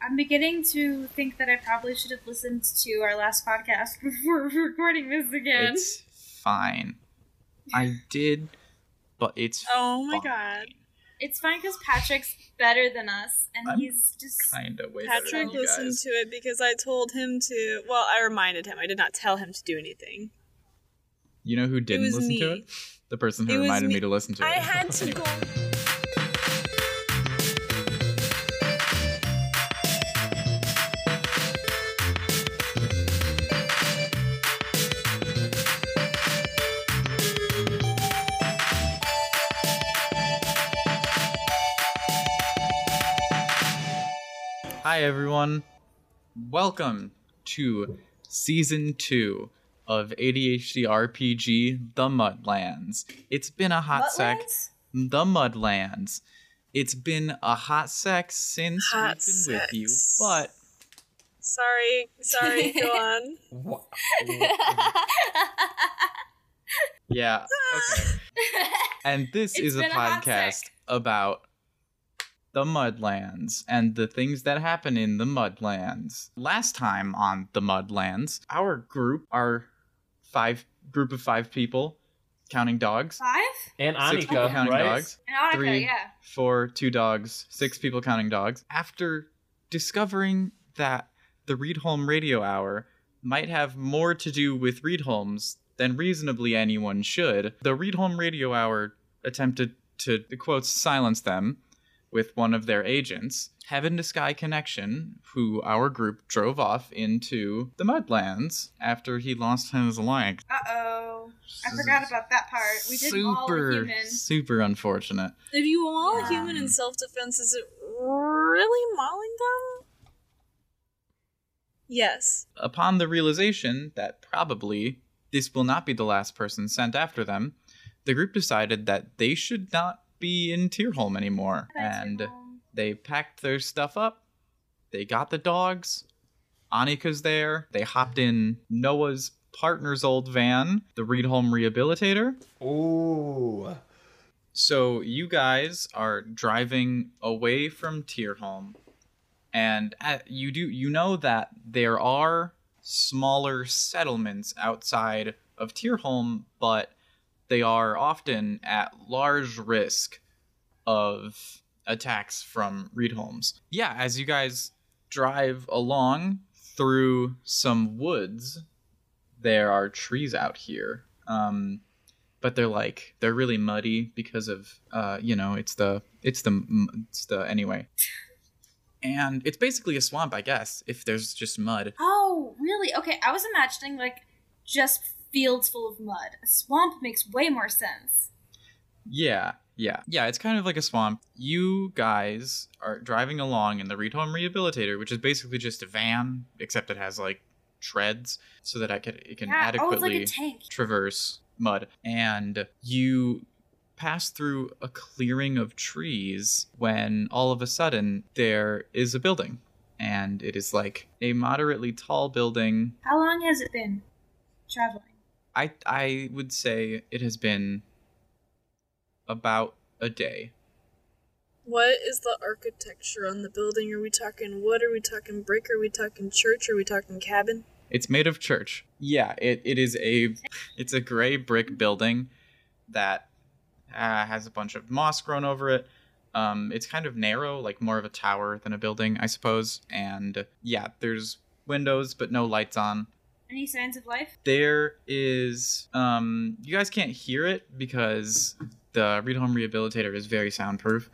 I'm beginning to think that I probably should have listened to our last podcast before recording this again. It's fine. I did, but it's Oh my fine. god. It's fine because Patrick's better than us, and I'm he's just kinda way better Patrick Patrick than you listened guys. to it because I told him to. Well, I reminded him. I did not tell him to do anything. You know who didn't was listen to me. it? The person who It was reminded me. me. to listen to it. I had to go. Hi everyone. Welcome to season two of ADHD RPG The Mudlands. It's been a hot sec. The Mudlands. It's been a hot sec since Hot we've been with you, sex. but Sorry, sorry. go on. Wha- yeah. Okay. And this It's is a been a hot podcast sec. about the Mudlands and the things that happen in the Mudlands. Last time on the Mudlands, our group, our five group of five people, counting dogs, Five? And six Anika, people counting right? dogs, And Annika, Three. yeah. four, two dogs, six people counting dogs. After discovering that the Reedholm Radio Hour might have more to do with Reedholms than reasonably anyone should, the Reedholm Radio Hour attempted to, quote, silence them with one of their agents. Heaven to Sky Connection, who our group drove off into the Mudlands after he lost his alliance. Uh oh. I forgot about that part. We did super, all were human. super unfortunate. If you all human Um. in self defense, is it really mauling them? Yes. upon the realization that probably this will not be the last person sent after them, the group decided that they should not be in Tyrholm anymore. And they packed their stuff up, they got the dogs, Anika's there, they hopped in Noah's partner's old van, the Reedholm Rehabilitator. Ooh. So you guys are driving away from Tierholm, and uh, you do you know that there are smaller settlements outside of Tierholm, but they are often at large risk of attacks from Reed Holmes. Yeah, as you guys drive along through some woods, there are trees out here. Um, but they're like they're really muddy because of uh you know it's the it's the m- it's the anyway and it's basically a swamp i guess if there's just mud Oh, really? Okay, I was imagining like just fields full of mud. A swamp makes way more sense. yeah yeah yeah it's kind of like a swamp you guys are driving along in the read home rehabilitator which is basically just a van except it has like treads so that i could it can yeah. Oh, it's adequately like a tank. traverse mud and you pass through a clearing of trees when all of a sudden there is a building and it is like a moderately tall building How long has it been traveling? i i would say it has been about a day What is the architecture on the building? Are we talking wood? Are we talking brick? Are we talking church? Are we talking cabin? It's made of church. Yeah, it, it is a it's a gray brick building that uh, has a bunch of moss grown over it. Um, it's kind of narrow, like more of a tower than a building, I suppose. And yeah, there's windows but no lights on. Any signs of life? There is um, you guys can't hear it because the Read Home Rehabilitator is very soundproof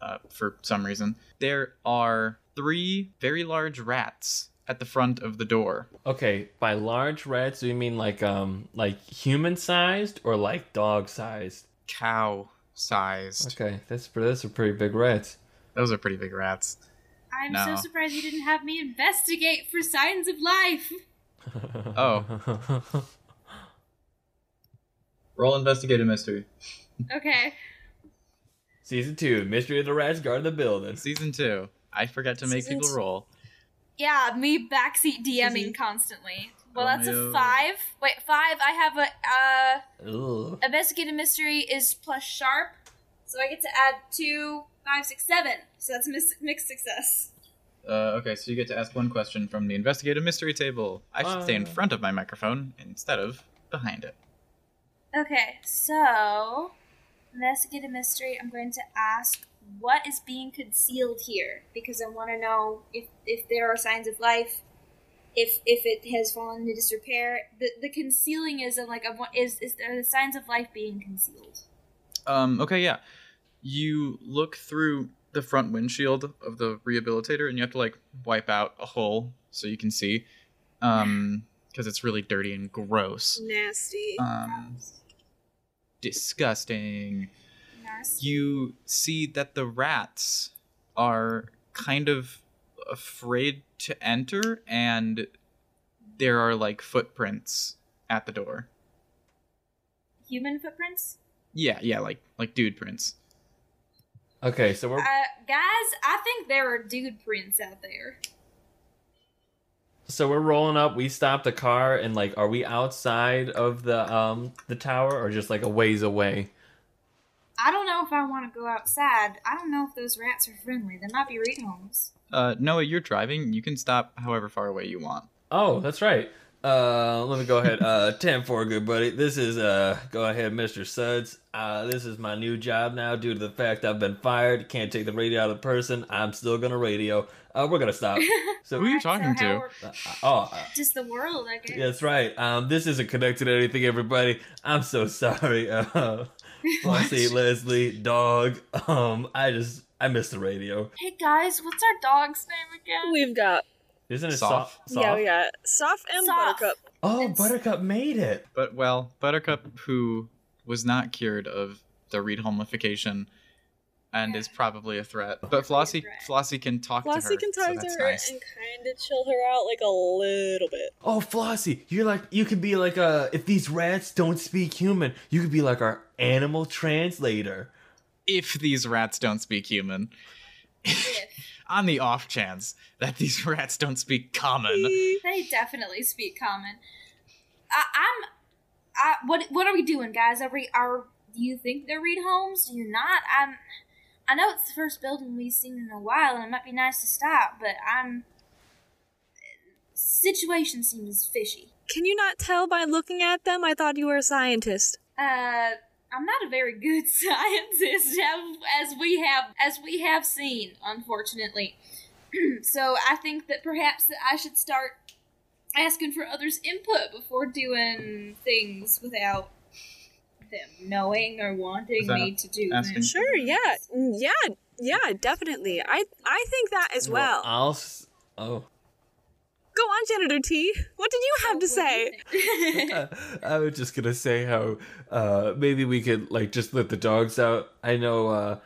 uh, for some reason. There are three very large rats at the front of the door. Okay, by large rats, do you mean like um like human sized or like dog sized? cow sized. Okay, that's pre- that's a pretty big rat. Those are pretty big rats. I'm No. so surprised you didn't have me investigate for signs of life. Oh. Roll investigate a mystery. Okay. Season two, mystery of the rats guard the building. Season two. I forgot to make Season people two. roll. Yeah, me backseat DMing Mhm. constantly. Well, that's a Romeo. five. Wait, five. I have a uh, Ugh. Investigative mystery is plus sharp, so I get to add two, five, six, seven. So that's mis- mixed success. Uh, okay, so you get to ask one question from the investigative mystery table. I should stay in Uh. front of my microphone instead of behind it. Okay, so investigate a mystery. I'm going to ask what is being concealed here because I want to know if if there are signs of life, if if it has fallen into disrepair. The the concealing is I'm like I want is is there the signs of life being concealed? Um, okay, yeah. You look through the front windshield of the rehabilitator, and you have to like wipe out a hole so you can see, um, because it's really dirty and gross. Nasty. Um, disgusting. Nurse. you see that the rats are kind of afraid to enter and there are like footprints at the door Human footprints. yeah yeah like like dude prints Okay, Oh. so we're Uh, guys, I think there are dude prints out there. so we're rolling up. We stop the car and like, are we outside of the um the tower or just like a ways away? I don't know if I want to go outside. I don't know if those rats are friendly. They might be rehomes. uh noah you're driving you can stop however far away you want Oh, that's right. Uh, let me go ahead. Uh, ten four, good buddy. This is uh, go ahead, Mister Suds. Uh, this is my new job now due to the fact I've been fired. Can't take the radio out of the person. I'm still gonna radio. Uh, we're gonna stop. Who are So, you Alright, so talking how to? are- uh, oh, uh, Just the world, I guess. yeah, that's right. Um, this isn't connected to anything, everybody. I'm so sorry. Uh, Flossie, Leslie, dog. Um, I just I miss the radio. Hey guys, what's our dog's name again? We've got Isn't it Soph. soft? yeah, we got soft and Soph. buttercup. Oh, It's- Buttercup made it. but well buttercup who was not cured of the reed homification and is probably a threat Oh, but flossie threat. flossie can talk to her Flossie can so talk that's to her nice and kind of chill her out like a little bit. Oh, Flossie, you're like you could be like uh if these rats don't speak human, you could be like our animal translator. if these rats don't speak human If. on the off chance that these rats don't speak common. Eee. They definitely speak common. I, I'm. I, what What are we doing, guys? Are we? Are do you think they're Reed homes? Do you not? I'm. I know it's the first building we've seen in a while, and it might be nice to stop, but I'm. Situation seems fishy. Can you not tell by looking at them? I thought you were a scientist. Uh, I'm not a very good scientist, as we have as we have seen, unfortunately. so I think that perhaps I should start asking for others' input before doing things without them knowing or wanting Is that me to do asking? them. Sure, yeah, Mm, yeah, yeah, definitely. I I think that as well. uh, I'll. s- Oh, Go on, Janitor T. What did you have to So what do say? you think? Uh, I was just gonna say how uh maybe we could like just let the dogs out. I know uh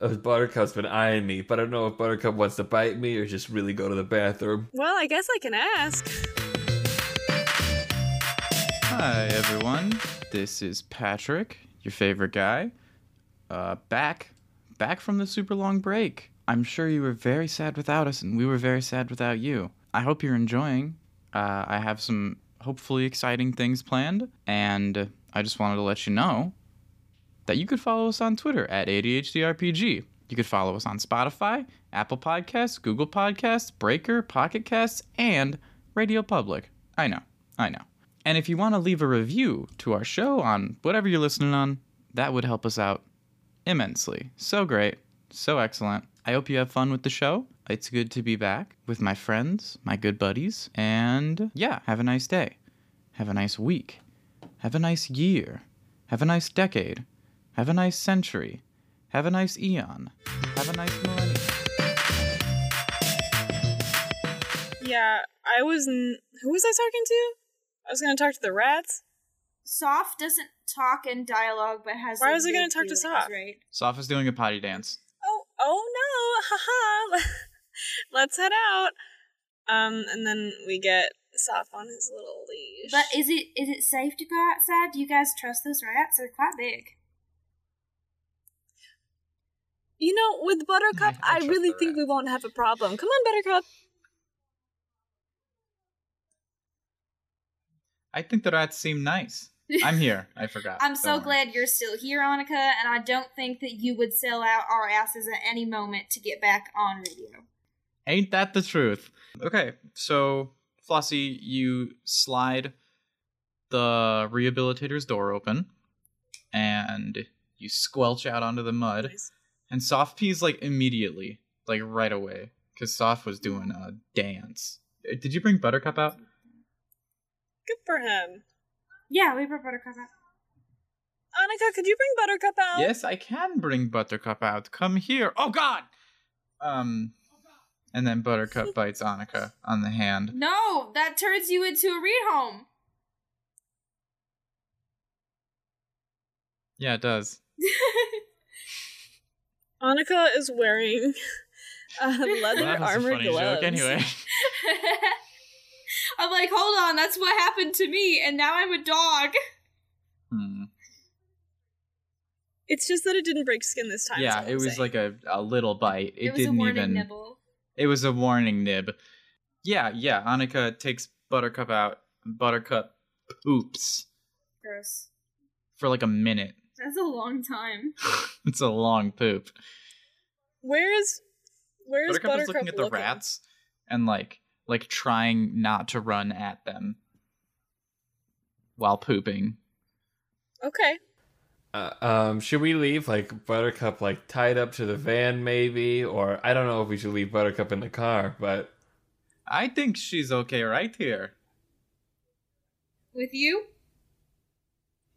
uh, Buttercup's been eyeing me, but I don't know if Buttercup wants to bite me or just really go to the bathroom. Well, I guess I can ask. Hi, everyone. This is Patrick, your favorite guy. Uh, back, back from the super long break. I'm sure you were very sad without us, and we were very sad without you. I hope you're enjoying. Uh, I have some hopefully exciting things planned, and I just wanted to let you know that you could follow us on Twitter at ADHDRPG. You could follow us on Spotify, Apple Podcasts, Google Podcasts, Breaker, Pocket Casts, and Radio Public. I know, I know. And if you want to leave a review to our show on whatever you're listening on, that would help us out immensely. So great, so excellent. I hope you have fun with the show. It's good to be back with my friends, my good buddies, and yeah, have a nice day. Have a nice week. Have a nice year. Have a nice decade. Have a nice century. Have a nice eon. Have a nice millennium. Yeah, I was. N- Who was I talking to? I was gonna talk to the rats. Soph doesn't talk in dialogue, but has. Why like, was I gonna good talk to feelings, Soph? Right. Soph is doing a potty dance. Oh, oh no! Haha! Let's head out. Um, and then we get Soph on his little leash. But is it is it safe to go outside? Do you guys trust those rats? They're quite big. you know, with Buttercup, I- I I, trust really the think we rats. won't have a problem. Come on, Buttercup. I think the rats seem nice. I'm here. I forgot. I'm so Don't worry. glad you're still here, Annika, and I don't think that you would sell out our asses at any moment to get back on radio. Ain't that the truth? Okay, so Flossie, you slide the rehabilitator's door open and you squelch out onto the mud. Nice. And Soft P's like immediately, like right away, because Soft was doing a dance. Uh, Did you bring Buttercup out? Good for him. Yeah, we brought Buttercup out. Annika, could you bring Buttercup out? Yes, I can bring Buttercup out. Come here. Oh God. Um, and then Buttercup bites Annika on the hand. No, that turns you into a read home. Yeah, it does. Annika is wearing a leather Well, that was a armor funny gloves. joke anyway. I'm like, hold on, that's what happened to me, and now I'm a dog. Hmm. It's just that it didn't break skin this time. is Yeah, all it I'm was saying. like a, a little bite. It, was didn't a warning even. nibble. It was a warning nib. Yeah, yeah. Annika takes Buttercup out. Buttercup poops Gross. for like a minute. That's a long time. it's a long poop. Where is where is Buttercup, Buttercup, is looking at the looking? rats and like like trying not to run at them while pooping. Okay. Uh, um, should we leave like Buttercup like tied up to the van maybe, or I don't know if we should leave Buttercup in the car, but I think she's okay right here. With you?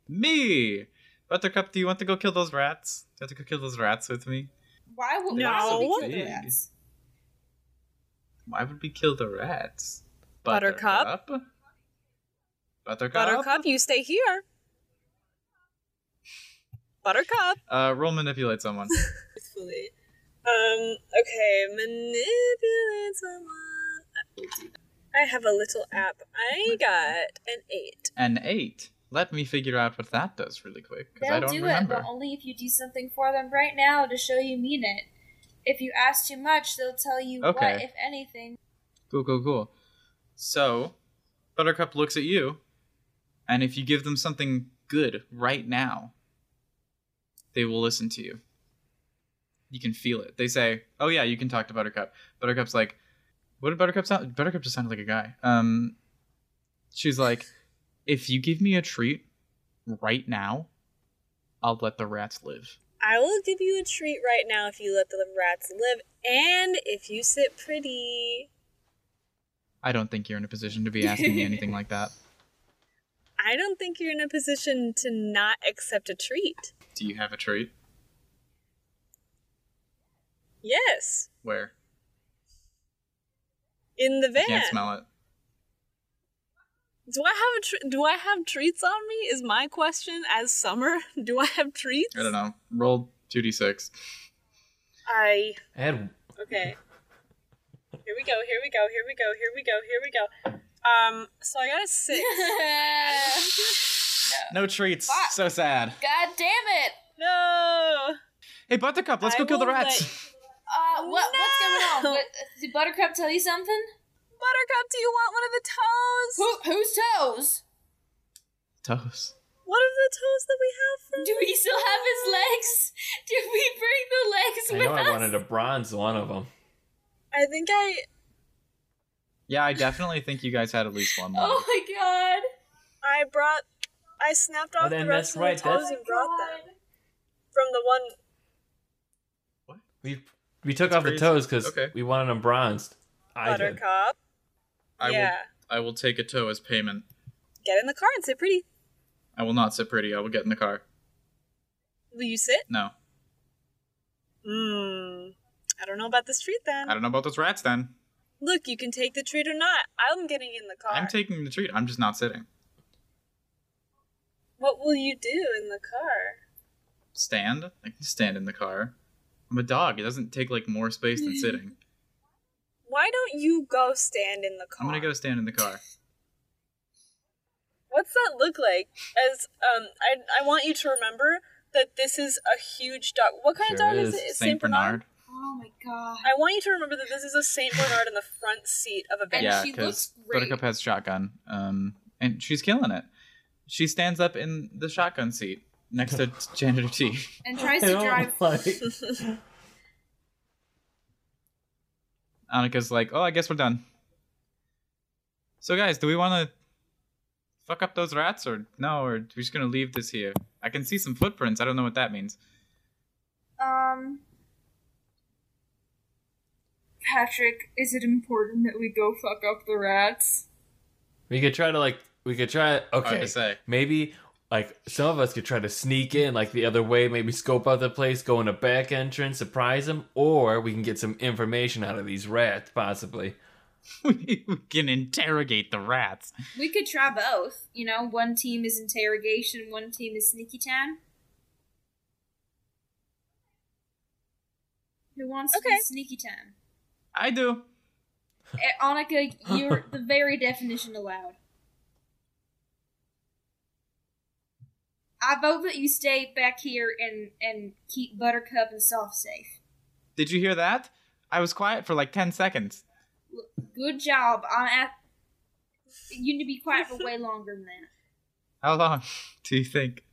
Me, Buttercup, do you want to go kill those rats? Do you want to go kill those rats with me? Why would No. why would we kill Big. the rats? Why would we kill the rats? Buttercup? Buttercup. Buttercup. Buttercup, you stay here. Buttercup. Uh, roll manipulate someone. Truthfully. Um, okay, manipulate someone. I have a little app. I got an eight. An eight. Let me figure out what that does really quick because I They'll don't do remember. it, but only if you do something for them right now to show you mean it. If you ask too much, they'll tell you what, Okay. if anything. Cool, cool, cool. So, Buttercup looks at you, and if you give them something good right now, they will listen to you. You can feel it. They say, "Oh yeah, you can talk to Buttercup." Buttercup's like, "What did Buttercup sound?" Buttercup just sounded like a guy. Um, she's like, "If you give me a treat right now, I'll let the rats live." I will give you a treat right now if you let the rats live and if you sit pretty. I don't think you're in a position to be asking me anything like that. I don't think you're in a position to not accept a treat. Do you have a treat? Yes, Where? in the van. You can't smell it. Do I have a tr- do I have treats on me? Is my question as summer? Do I have treats? I don't know. Roll 2d6. I I had okay. Here we go. Here we go. Here we go. Here we go. Here we go. Um. So I got a six. No treats. Fuck. So sad. God damn it! no. Hey, Buttercup, let's I go kill the will rats. Uh, what, what's No. going on? What, did Buttercup tell you something? Buttercup, do you want one of the toes? Who, whose toes? Toes. One of the toes that we have from Do we still have his legs? Did we bring I the legs know with I us? wanted to bronze one of them. I think I Yeah, I definitely think you guys had at least one more. Oh my I brought I snapped Oh, off then the rest that's of right, the that's- toes god! and brought them from the one We we took That's off crazy. the toes because Okay. we wanted them bronzed. I did. Buttercup. I yeah. will I will take a toe as payment. Get in the car and sit pretty. I will not sit pretty. I will get in the car. Will you sit? No. Mmm. I don't know about this treat then. I don't know about those rats then. Look, you can take the treat or not. I'm getting in the car. I'm taking the treat. I'm just not sitting. what will you do in the car? Stand? I can stand in the car. I'm a dog. It doesn't take like more space than sitting. Why don't you go stand in the car? I'm gonna go stand in the car. What's that look like? As um, I I want you to remember that this is a huge dog. What kind Sure of dog is, is. it? Is Saint Bernard. Oh my god. I want you to remember that this is a Saint Bernard in the front seat of a van. And yeah, she because looks great. Buttercup has shotgun, um, and she's killing it. She stands up in the shotgun seat next to Janitor T. And tries I to don't drive like- Annika's like, "Oh, I guess we're done." So, guys, do we want to fuck up those rats or no? Or we're just gonna leave this here? I can see some footprints. I don't know what that means. Um, Patrick, is it important that we go fuck up the rats? We could try to like we could try Hard okay. to say. Maybe like some of us could try to sneak in like the other way, maybe scope out the place, go in a back entrance, surprise them, or we can get some information out of these rats possibly. we can interrogate the rats. We could try both. You know, one team is interrogation, one team is sneaky time. Who wants to Okay. be sneaky time? I do. Eh, Annika, you're the very definition of loud. I vote that you stay back here and and keep Buttercup and Soft safe. Did you hear that? I was quiet for like ten seconds. Good job. I'm at. You need to be quiet for way longer than that. How long do you think?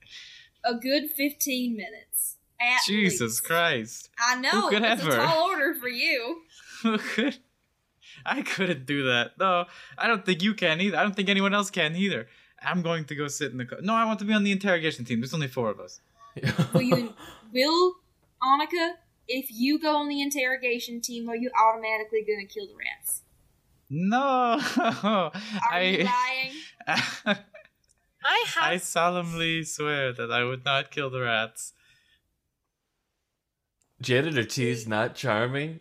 A good fifteen minutes. At Jesus least. Christ. I know Who could it's a ever? tall order for you. Who could- I couldn't do that. No, I don't think you can either. I don't think anyone else can either. I'm going to go sit in the car. No, I want to be on the interrogation team. There's only four of us. Will you? will Annika? If you go on the interrogation team, are you automatically gonna kill the rats? No, Are you I, lying? I have. I solemnly swear that I would not kill the rats. Janitor T's not charming.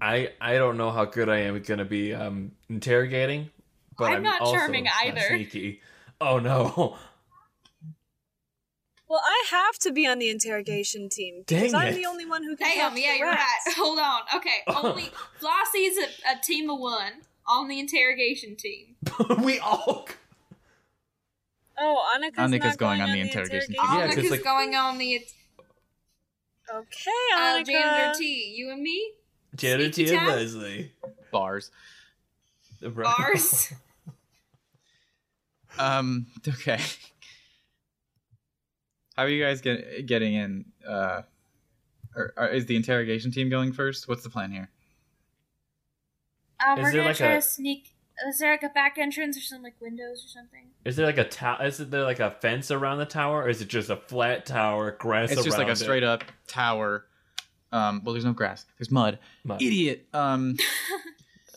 I I don't know how good I am gonna be um interrogating, but I'm I'm, not also charming not either. Sneaky. Oh no. well, I have to be on the interrogation team because Dang I'm it. the only one who can. Damn, catch yeah, the you're rats. right. Hold on. Okay, only Flossie's a, a team of one on the interrogation team. we all Oh, Annika's, Annika's not going on the interrogation team. Yeah, All 'cause, who's like- going on the Okay, uh, Annika. janitor T, you and me, Janitor Sneaky T and time? Leslie. Bars. The bro- bars. Um. Okay. How are you guys get, getting in? Uh, or, or is the interrogation team going first? What's the plan here? Um, we're Is there gonna like try a- to sneak. Is there like a back entrance or some like windows or something? Is there like a tower? is there like a fence around the tower, or is it just a flat tower, grass? It's, just like a around it? straight up tower. Um. Well, there's no grass. There's mud. Mud. Idiot. Um.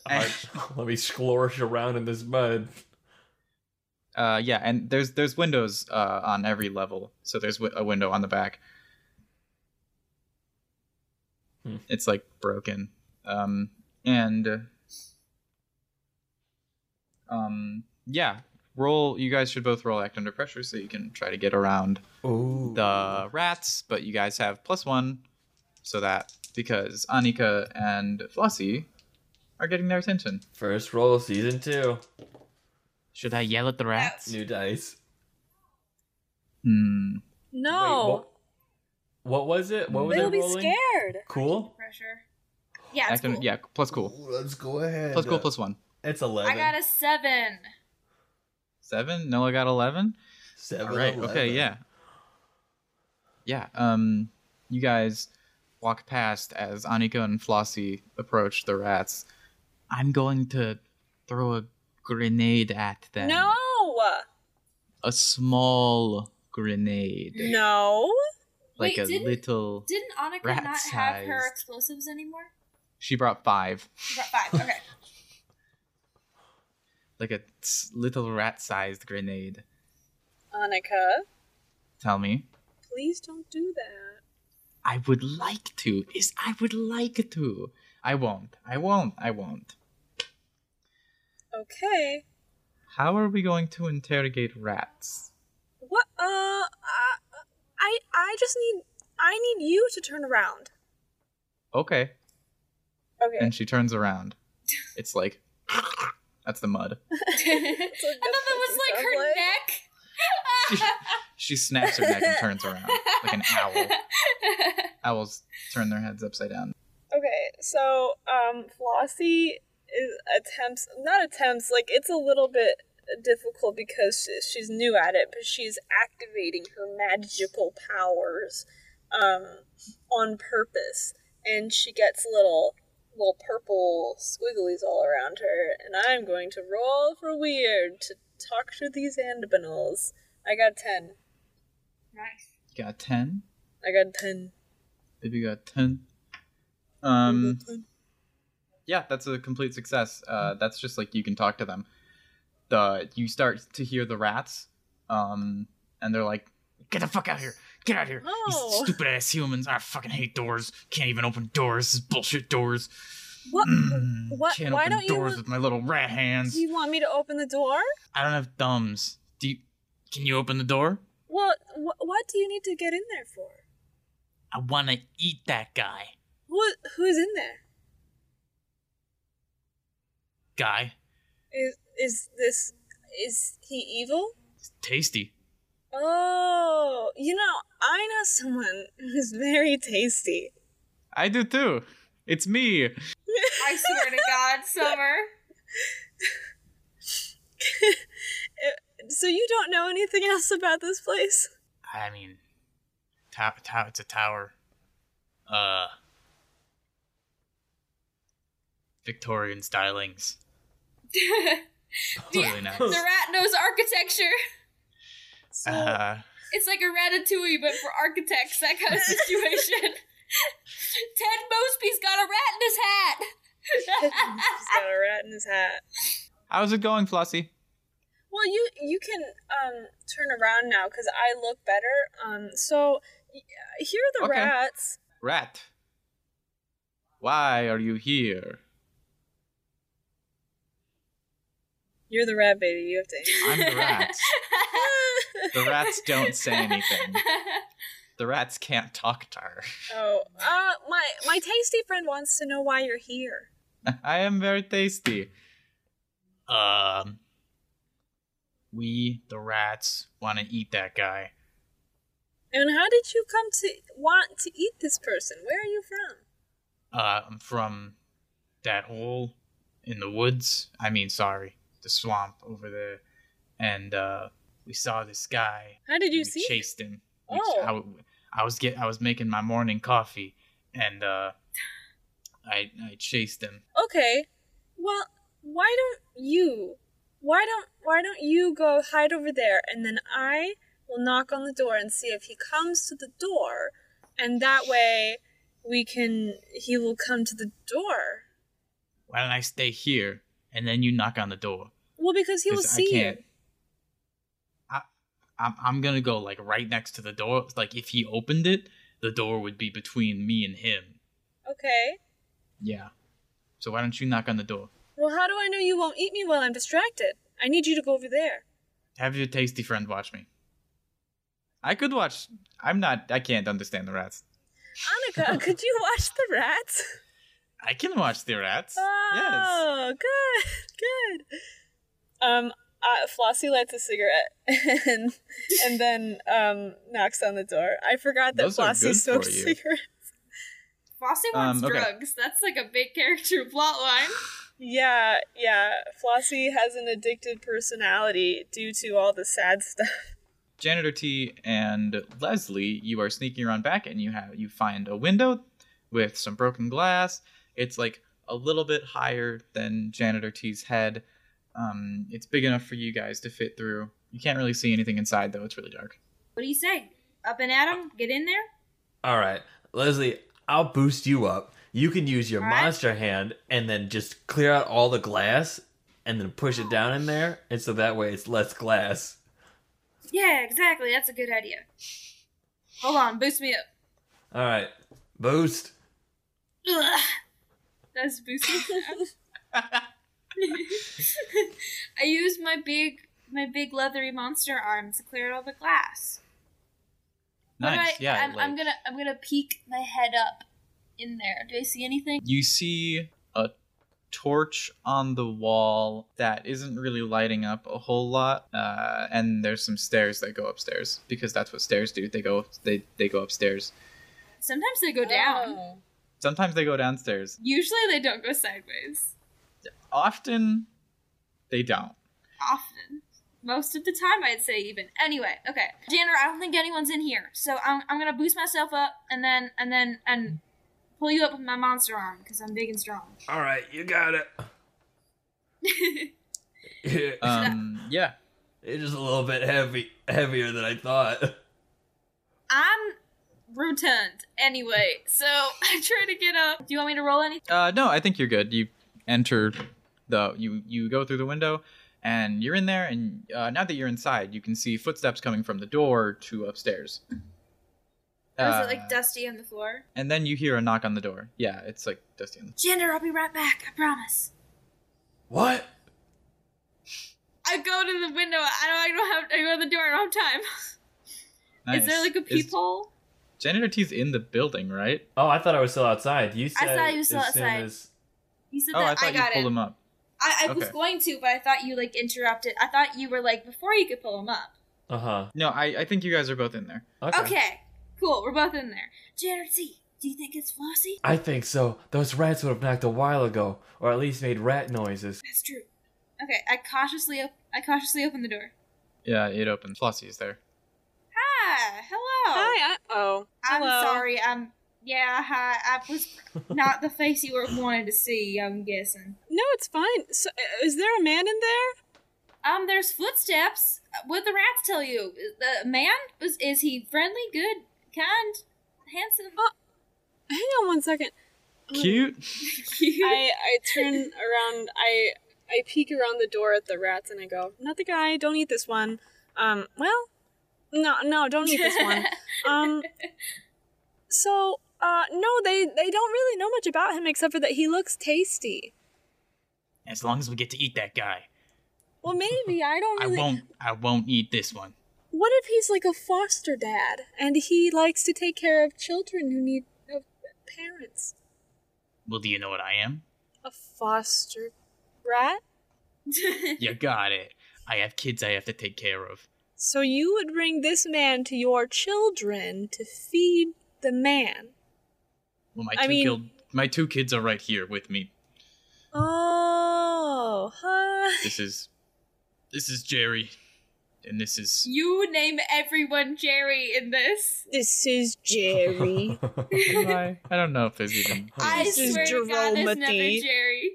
Alright, Let me splorish around in this mud. Uh. Yeah. And there's there's windows uh on every level. So there's wi- a window on the back. Hmm. It's like broken. Um. And. uh, Um. Yeah. Roll. You guys should both roll act under pressure so you can try to get around Ooh. the rats, but you guys have plus one, so that because Anika and Flossie are getting their attention. first roll of season two. Should I yell at the rats? New dice. Hmm. No, What, what was it? What was they'll I be rolling? scared. Cool. Pressure. Yeah, it's Act under- cool. yeah, plus cool. Let's go ahead. Plus cool, plus one. It's eleven. I got a seven. Seven? Noah got 11? seven. All right, okay, yeah. Yeah, um, you guys walk past as Anika and Flossie approach the rats. I'm going to throw a grenade at them. No, A small grenade. no. like Wait, a didn't- little. Didn't Annika not have her Rat-sized. explosives anymore? She brought five, She got five. Okay. like a s- little rat-sized grenade. Annika, Tell me, please don't do that. I would like to. Is I would like to. I won't. I won't. I won't. Okay. How are we going to interrogate rats? What? Uh, I, I, I just need, I need you to turn around. Okay. Okay. And she turns around. It's like that's the mud. I thought that was like her She snaps her neck and turns around like an owl. neck. Owls turn their heads upside down. Okay, so um, Flossie is attempts, not attempts, like it's a little bit difficult because she- she's new at it, but she's activating her magical powers um, on purpose, and she gets little little purple squigglies all around her, and I'm going to roll for weird to talk to these andabinals. I got 10. Nice. You got ten. I got 10. Baby got ten. Um. yeah, that's a complete success. Uh, Mm. that's just like you can talk to them. The you start to hear the rats, um, and they're like, "Get the fuck out here! Get out here! Oh. These stupid ass humans! I fucking hate doors. Can't even open doors. This is bullshit doors. What? Mm, what- Can't why open don't you doors look- with my little rat hands. Do you want me to open the door? I don't have thumbs. Do you, can you open the door? Well, wh- what do you need to get in there for? I want to eat that guy. What? Who's in there? Guy, Is is this? Is he evil? it's tasty. Oh, you know, I know someone who's very tasty. I do too. It's me. I swear to God, Summer. So you don't know anything else about this place? I mean, ta- ta- it's a tower. Uh, Victorian stylings. Totally the, not. the rat knows architecture. So, Uh, It's like a ratatouille, but for architects, that kind of situation. Ted Mosby's got a rat in his hat. he's got a rat in his hat. how's it going, Flossie? Well, you you can um turn around now because I look better. Um, so y- here are the Okay. rats. Rat. Why are you here? You're the rat baby. You have to. answer. I'm the rat. The rats don't say anything. The rats can't talk to her. Oh, uh, my my tasty friend wants to know why you're here. I am very tasty. Um, we the rats want to eat that guy. And how did you come to want to eat this person? Where are you from? Uh, I'm from that hole in the woods. I mean, sorry, the swamp over there. And uh, we saw this guy How did you we see? chased him. We- Oh. I, I was get I was making my morning coffee, and uh, I I chased him. Okay. Well, why don't you? Why don't why don't you go hide over there and then I will knock on the door and see if he comes to the door and that way we can he will come to the door. Why don't I stay here and then you knock on the door? Well, because he will 'Cause see I you. can't. I, I'm I'm gonna go like right next to the door. Like if he opened it, the door would be between me and him. Okay. Yeah. So why don't you knock on the door? Well, how do I know you won't eat me while I'm distracted? I need you to go over there. Have your tasty friend watch me. I could watch. I'm not. I can't understand the rats. Annika, could you watch the rats? I can watch the rats. Ah! Yes. Oh, good, good. Um, uh, Flossie lights a cigarette and and then um knocks on the door. I forgot that Those are Flossie good smoked for you. cigarettes. Flossie wants Um, okay. drugs. That's like a big character plot line. Yeah, yeah. Flossie has an addicted personality due to all the sad stuff. Janitor T and Leslie, you are sneaking around back and you have you find a window with some broken glass. It's like a little bit higher than Janitor T's head. Um, it's big enough for you guys to fit through. You can't really see anything inside though. It's really dark. What do you say? Up and at 'em? Get in there? All right, Leslie, I'll boost you up. You can use your All right. monster hand and then just clear out all the glass and then push it down in there, and so that way it's less glass. Yeah, exactly. That's a good idea. Hold on. Boost me up. All right, boost. Ugh. That's boosting. I used my big my big leathery monster arm to clear all the glass. What do Nice. I, yeah. I'm, I'm like- gonna I'm gonna peek my head up in there. Do I see anything? You see a torch on the wall that isn't really lighting up a whole lot, uh, and there's some stairs that go upstairs because that's what stairs do. They go they they go upstairs. Sometimes they go down. Oh. Sometimes they go downstairs. Usually they don't go sideways. Often, they don't. Often. Most of the time, I'd say even. Anyway, okay, Janner, I don't think anyone's in here, so I'm, I'm gonna boost myself up and then and then and pull you up with my monster arm because I'm big and strong. All right, you got it. it's Uh. Um, yeah. just a little bit heavy, heavier than I thought. I'm rotund anyway, so I try to get up. Do you want me to roll anything? Uh, no, I think you're good. You enter the you you go through the window, and you're in there. And uh, now that you're inside, you can see footsteps coming from the door to upstairs. Or is Uh, it like dusty on the floor? and then you hear a knock on the door. Yeah, it's like dusty. On the- Jinder, I'll be right back. I promise. What? I go to the window. I don't. I don't have. I go to the door. I don't have time. Is there like Nice. a peephole? Is, Janitor T's in the building, right? Oh, I thought I was still outside. You I said thought you were still as soon outside. as- He said oh, I that. I, thought you got pulled it. him up. I, I was Okay. going to, but I thought you like interrupted. I thought you were like before you could pull him up. uh-huh. No, I I think you guys are both in there. Okay. Cool. We're both in there. Janitor T, do you think it's Flossie? I think so. Those rats would have knocked a while ago, or at least made rat noises. That's true. Okay. I cautiously. Op- I cautiously open the door. Yeah, it opens. Flossie is there. Hi. Ah, Hello. Hi. I- oh. I'm hello. sorry. I'm yeah. Hi. I was not the face you were wanted to see. I'm guessing. No, it's fine. So, uh, is there a man in there? Um, there's footsteps. What the rats tell you? The man was is he friendly, good, kind, handsome? Hang on one second. Cute. I I turn around. I I peek around the door at the rats and I go, not the guy. Don't eat this one. Um. Well, no, no, don't eat this one. Um. So, uh, no, they they don't really know much about him except for that he looks tasty. As long as we get to eat that guy, Well, maybe I don't I really. won't. I won't eat this one. What if he's like a foster dad and he likes to take care of children who need uh, parents? Well, do you know what I am? A foster rat? You got it. I have kids I have to take care of. So you would bring this man to your children to feed the man. Well, my two I mean- killed, my two kids are right here with me. Oh, huh. This is, this is Jerry, and this is you name everyone Jerry in this. This is Jerry. I I don't know if there's even. Oh, I This is swear to God, there's never Jerome-ety. Jerry.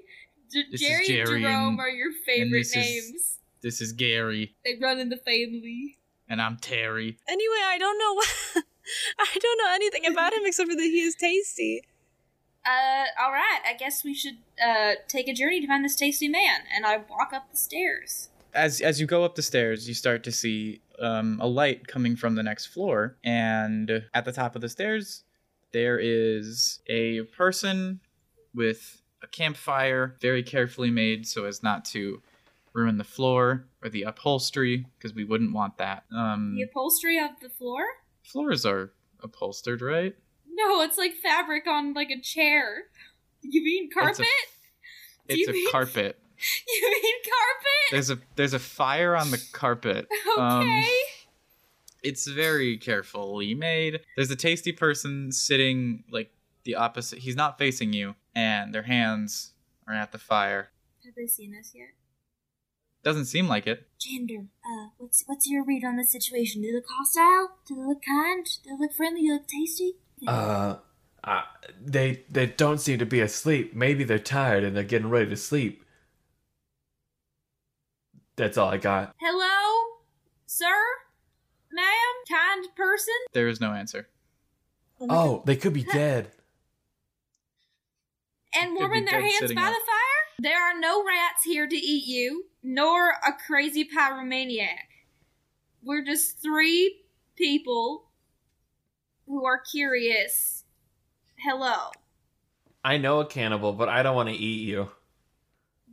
J- This is Jerry, Jerry and Jerome and- are your favorite this is- names. this is Gary, They run in the family. and I'm Terry. anyway, I don't know. I don't know anything about him except for that he is tasty. Uh, all right. I guess we should uh take a journey to find this tasty man. And I walk up the stairs. as as you go up the stairs, you start to see um, a light coming from the next floor, and at the top of the stairs, there is a person with a campfire, very carefully made so as not to ruin the floor or the upholstery, because we wouldn't want that. Um, The upholstery of the floor? Floors are upholstered, right? No, it's like fabric on like a chair. You mean It's a- carpet? Do It's you mean- a carpet. You mean carpet? There's a there's a fire on the carpet. Okay. Um, it's very carefully made. There's a tasty person sitting like the opposite. He's not facing you, and their hands are at the fire. Have they seen us yet? Doesn't seem like it. Gender. Uh, what's what's your read on this situation? Do they look hostile? Do they look kind? Do they look friendly? Do they look tasty? uh, uh, they they don't seem to be asleep. Maybe they're tired and they're getting ready to sleep. That's all I got. Hello, sir, ma'am, kind person. There is no answer. Oh, my Oh, they could be dead. and Could warming be their dead hands by sitting the up. fire? There are no rats here to eat you, nor a crazy pyromaniac. We're just three people who are curious. Hello. I know a cannibal, but I don't want to eat you.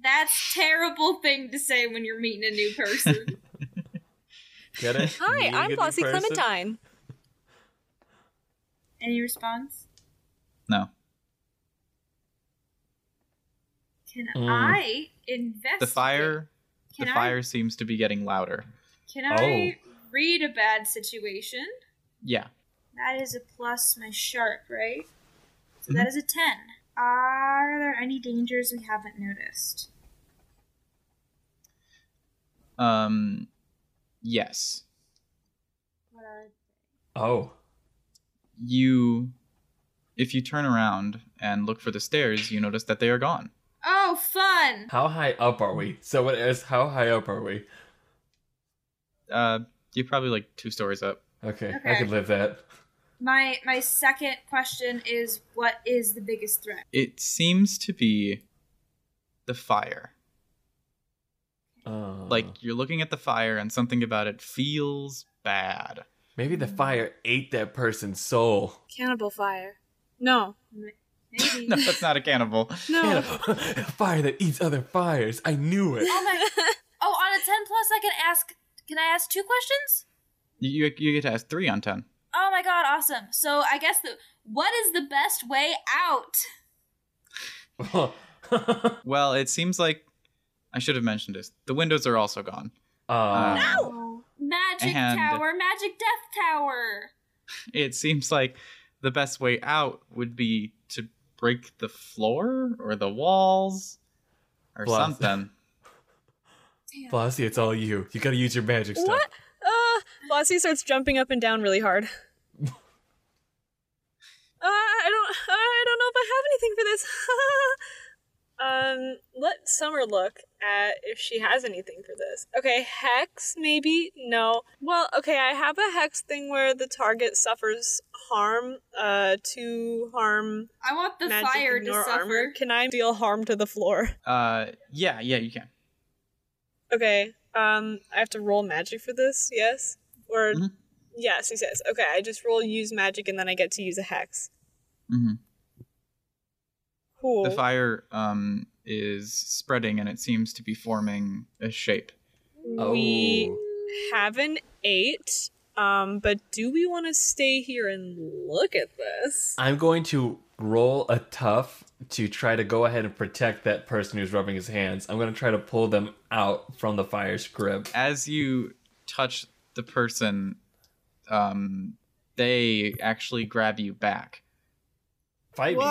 That's terrible thing to say when you're meeting a new person. Get it? Hi, Meeting a I'm new Flossie person? Clementine. Any response? No. Can Mm. I invest? The fire Can the I, fire Oh. seems to be getting louder. Can I read a bad situation? Yeah. That is a plus my sharp, right? So Mm-hmm. that is a 10. Are there any dangers we haven't noticed? Um yes. What are Oh. You If you turn around and look for the stairs, you notice that they are gone. Oh, fun! How high up are we? So it is how high up are we? Uh, you're probably like two stories up. Okay, I Okay. could live that. My my second question is, what is the biggest threat? It seems to be the fire. Uh, Like you're looking at the fire and something about it feels bad. maybe the fire ate that person's soul. Cannibal fire. No. Maybe. No, that's not a cannibal. Yeah, No. fire that eats other fires. I knew it. Oh my! Oh, on a ten plus, I can ask. Can I ask two questions? You, you, you get to ask three on ten. Oh my god! Awesome. So I guess the what is the best way out? Well, it seems like I should have mentioned this. The windows are also gone. Uh, Oh, magic And- tower, magic death tower. It seems like the best way out would be to break the floor or the walls or Blast. something. Flossie, it's all you. You gotta use your magic stuff. What? Uh, Flossie starts jumping up and down really hard. uh, I don't. I don't know if I have anything for this. um, let Summer look at if she has anything for this. Okay, hex maybe. No. Well, okay, I have a hex thing where the target suffers harm. Uh, to harm I want the magic fire to ignore suffer. armor. Can I deal harm to the floor? Uh, yeah, yeah, you can. Okay. Um, I have to roll magic for this. Yes. Or Mm-hmm. Mhm. yes, he says. Okay, I just roll use magic and then I get to use a hex. Mhm. Cool. The fire um is spreading and it seems to be forming a shape. Oh. We have an eight. Um, but do we want to stay here and look at this? I'm going to roll a tough to try to go ahead and protect that person who's rubbing his hands. I'm gonna try to pull them out from the fire scrib. As you touch the person, um, they actually grab you back. Fight me,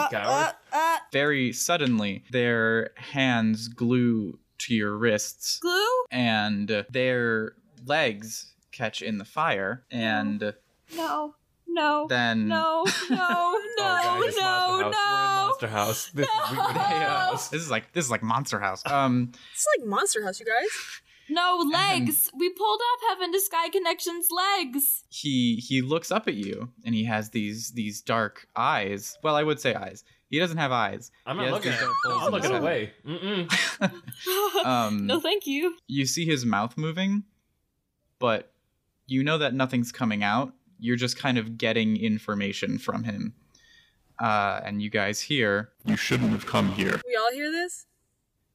Uh, coward. uh. very suddenly their hands glue to your wrists Glue. and their legs catch in the fire and No. No. then No. No. oh, No. guys, it's no. Monster House. No. We're in Monster House. This is No. we- They, uh, No. this is like this is like monster house um It's like Monster House, you guys. No then- legs. We pulled up Heaven to Sky Connections legs. he he looks up at you and he has these these dark eyes well i would say eyes he doesn't have eyes I'm Yes, not looking these at it. don't pull I'm looking themselves. away. Mm-mm. um no, thank you. you see his mouth moving, but you know that nothing's coming out. You're just kind of getting information from him. Uh, and you guys hear. You shouldn't have come here. We all hear this?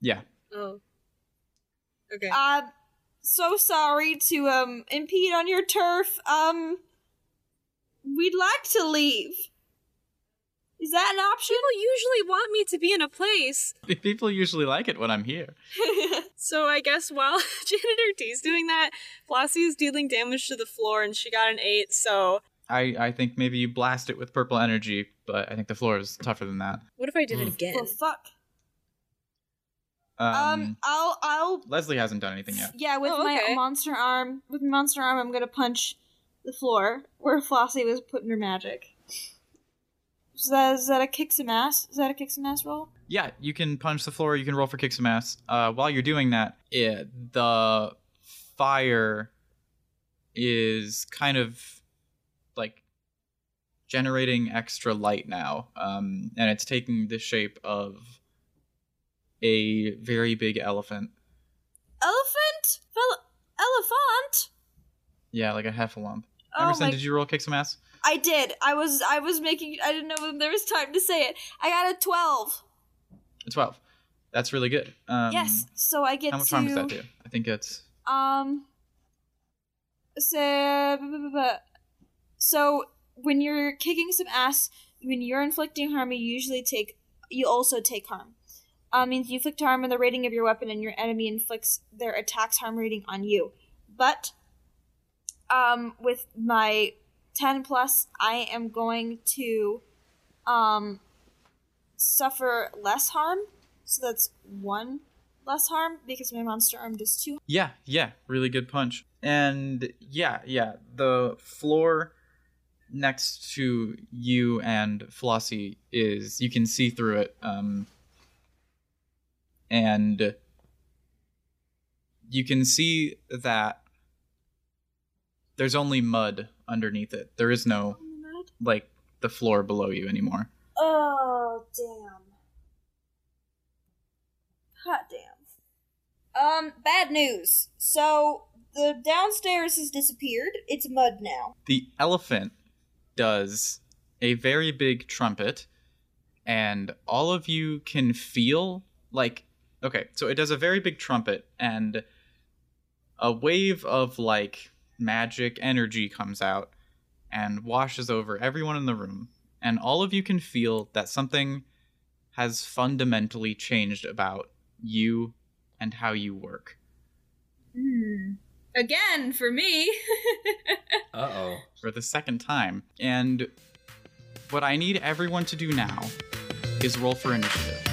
Yeah. Oh. Okay. I'm so sorry to um impede on your turf. Um, we'd like to leave. Is that an option? People usually want me to be in a place People usually like it when I'm here. So I guess while Janitor T's doing that, Flossie is dealing damage to the floor and she got an eight, so I, I think maybe you blast it with purple energy, but I think the floor is tougher than that. what if I did it Mm. again? Well, fuck. Um, Um, I'll, I'll, Leslie hasn't done anything yet. yeah, with Oh, okay. my monster arm, with monster arm, I'm gonna punch the floor where Flossie was putting her magic. Is that, is that a kick some ass? Is that a kick some ass roll? Yeah, you can punch the floor. You can roll for kick some ass. Uh, while you're doing that, it, the fire is kind of like generating extra light now, um, and it's taking the shape of a very big elephant. Elephant? Fel- elephant? Yeah, like a heffalump. Oh Emerson, my- did you roll kick some ass? I did. I was, I was making, I didn't know if there was time to say it. I got a 12. A twelve. That's really good. Um, yes, so I get How much to. harm does that do? I think it's Um. So, buh, buh, buh, buh. so when you're kicking some ass, when you're inflicting harm, you usually take. You also take harm. Um, means you inflict harm on the rating of your weapon, and your enemy inflicts their attack's harm rating on you. But, um, with my ten plus, I am going to, um, suffer less harm. So that's one less harm because my monster arm does two Yeah, yeah, really good punch. And yeah, yeah, the floor next to you and Flossie is you can see through it, um, and you can see that there's only mud underneath it. There is no like the floor below you anymore. Oh damn. Hot damn. Um, bad news. So the downstairs has disappeared. It's mud now. the elephant does a very big trumpet and all of you can feel like okay so it does a very big trumpet and a wave of like magic energy comes out and washes over everyone in the room and all of you can feel that something has fundamentally changed about you and how you work Hmm. Again for me. Uh oh. for the second time. And what I need everyone to do now is roll for initiative.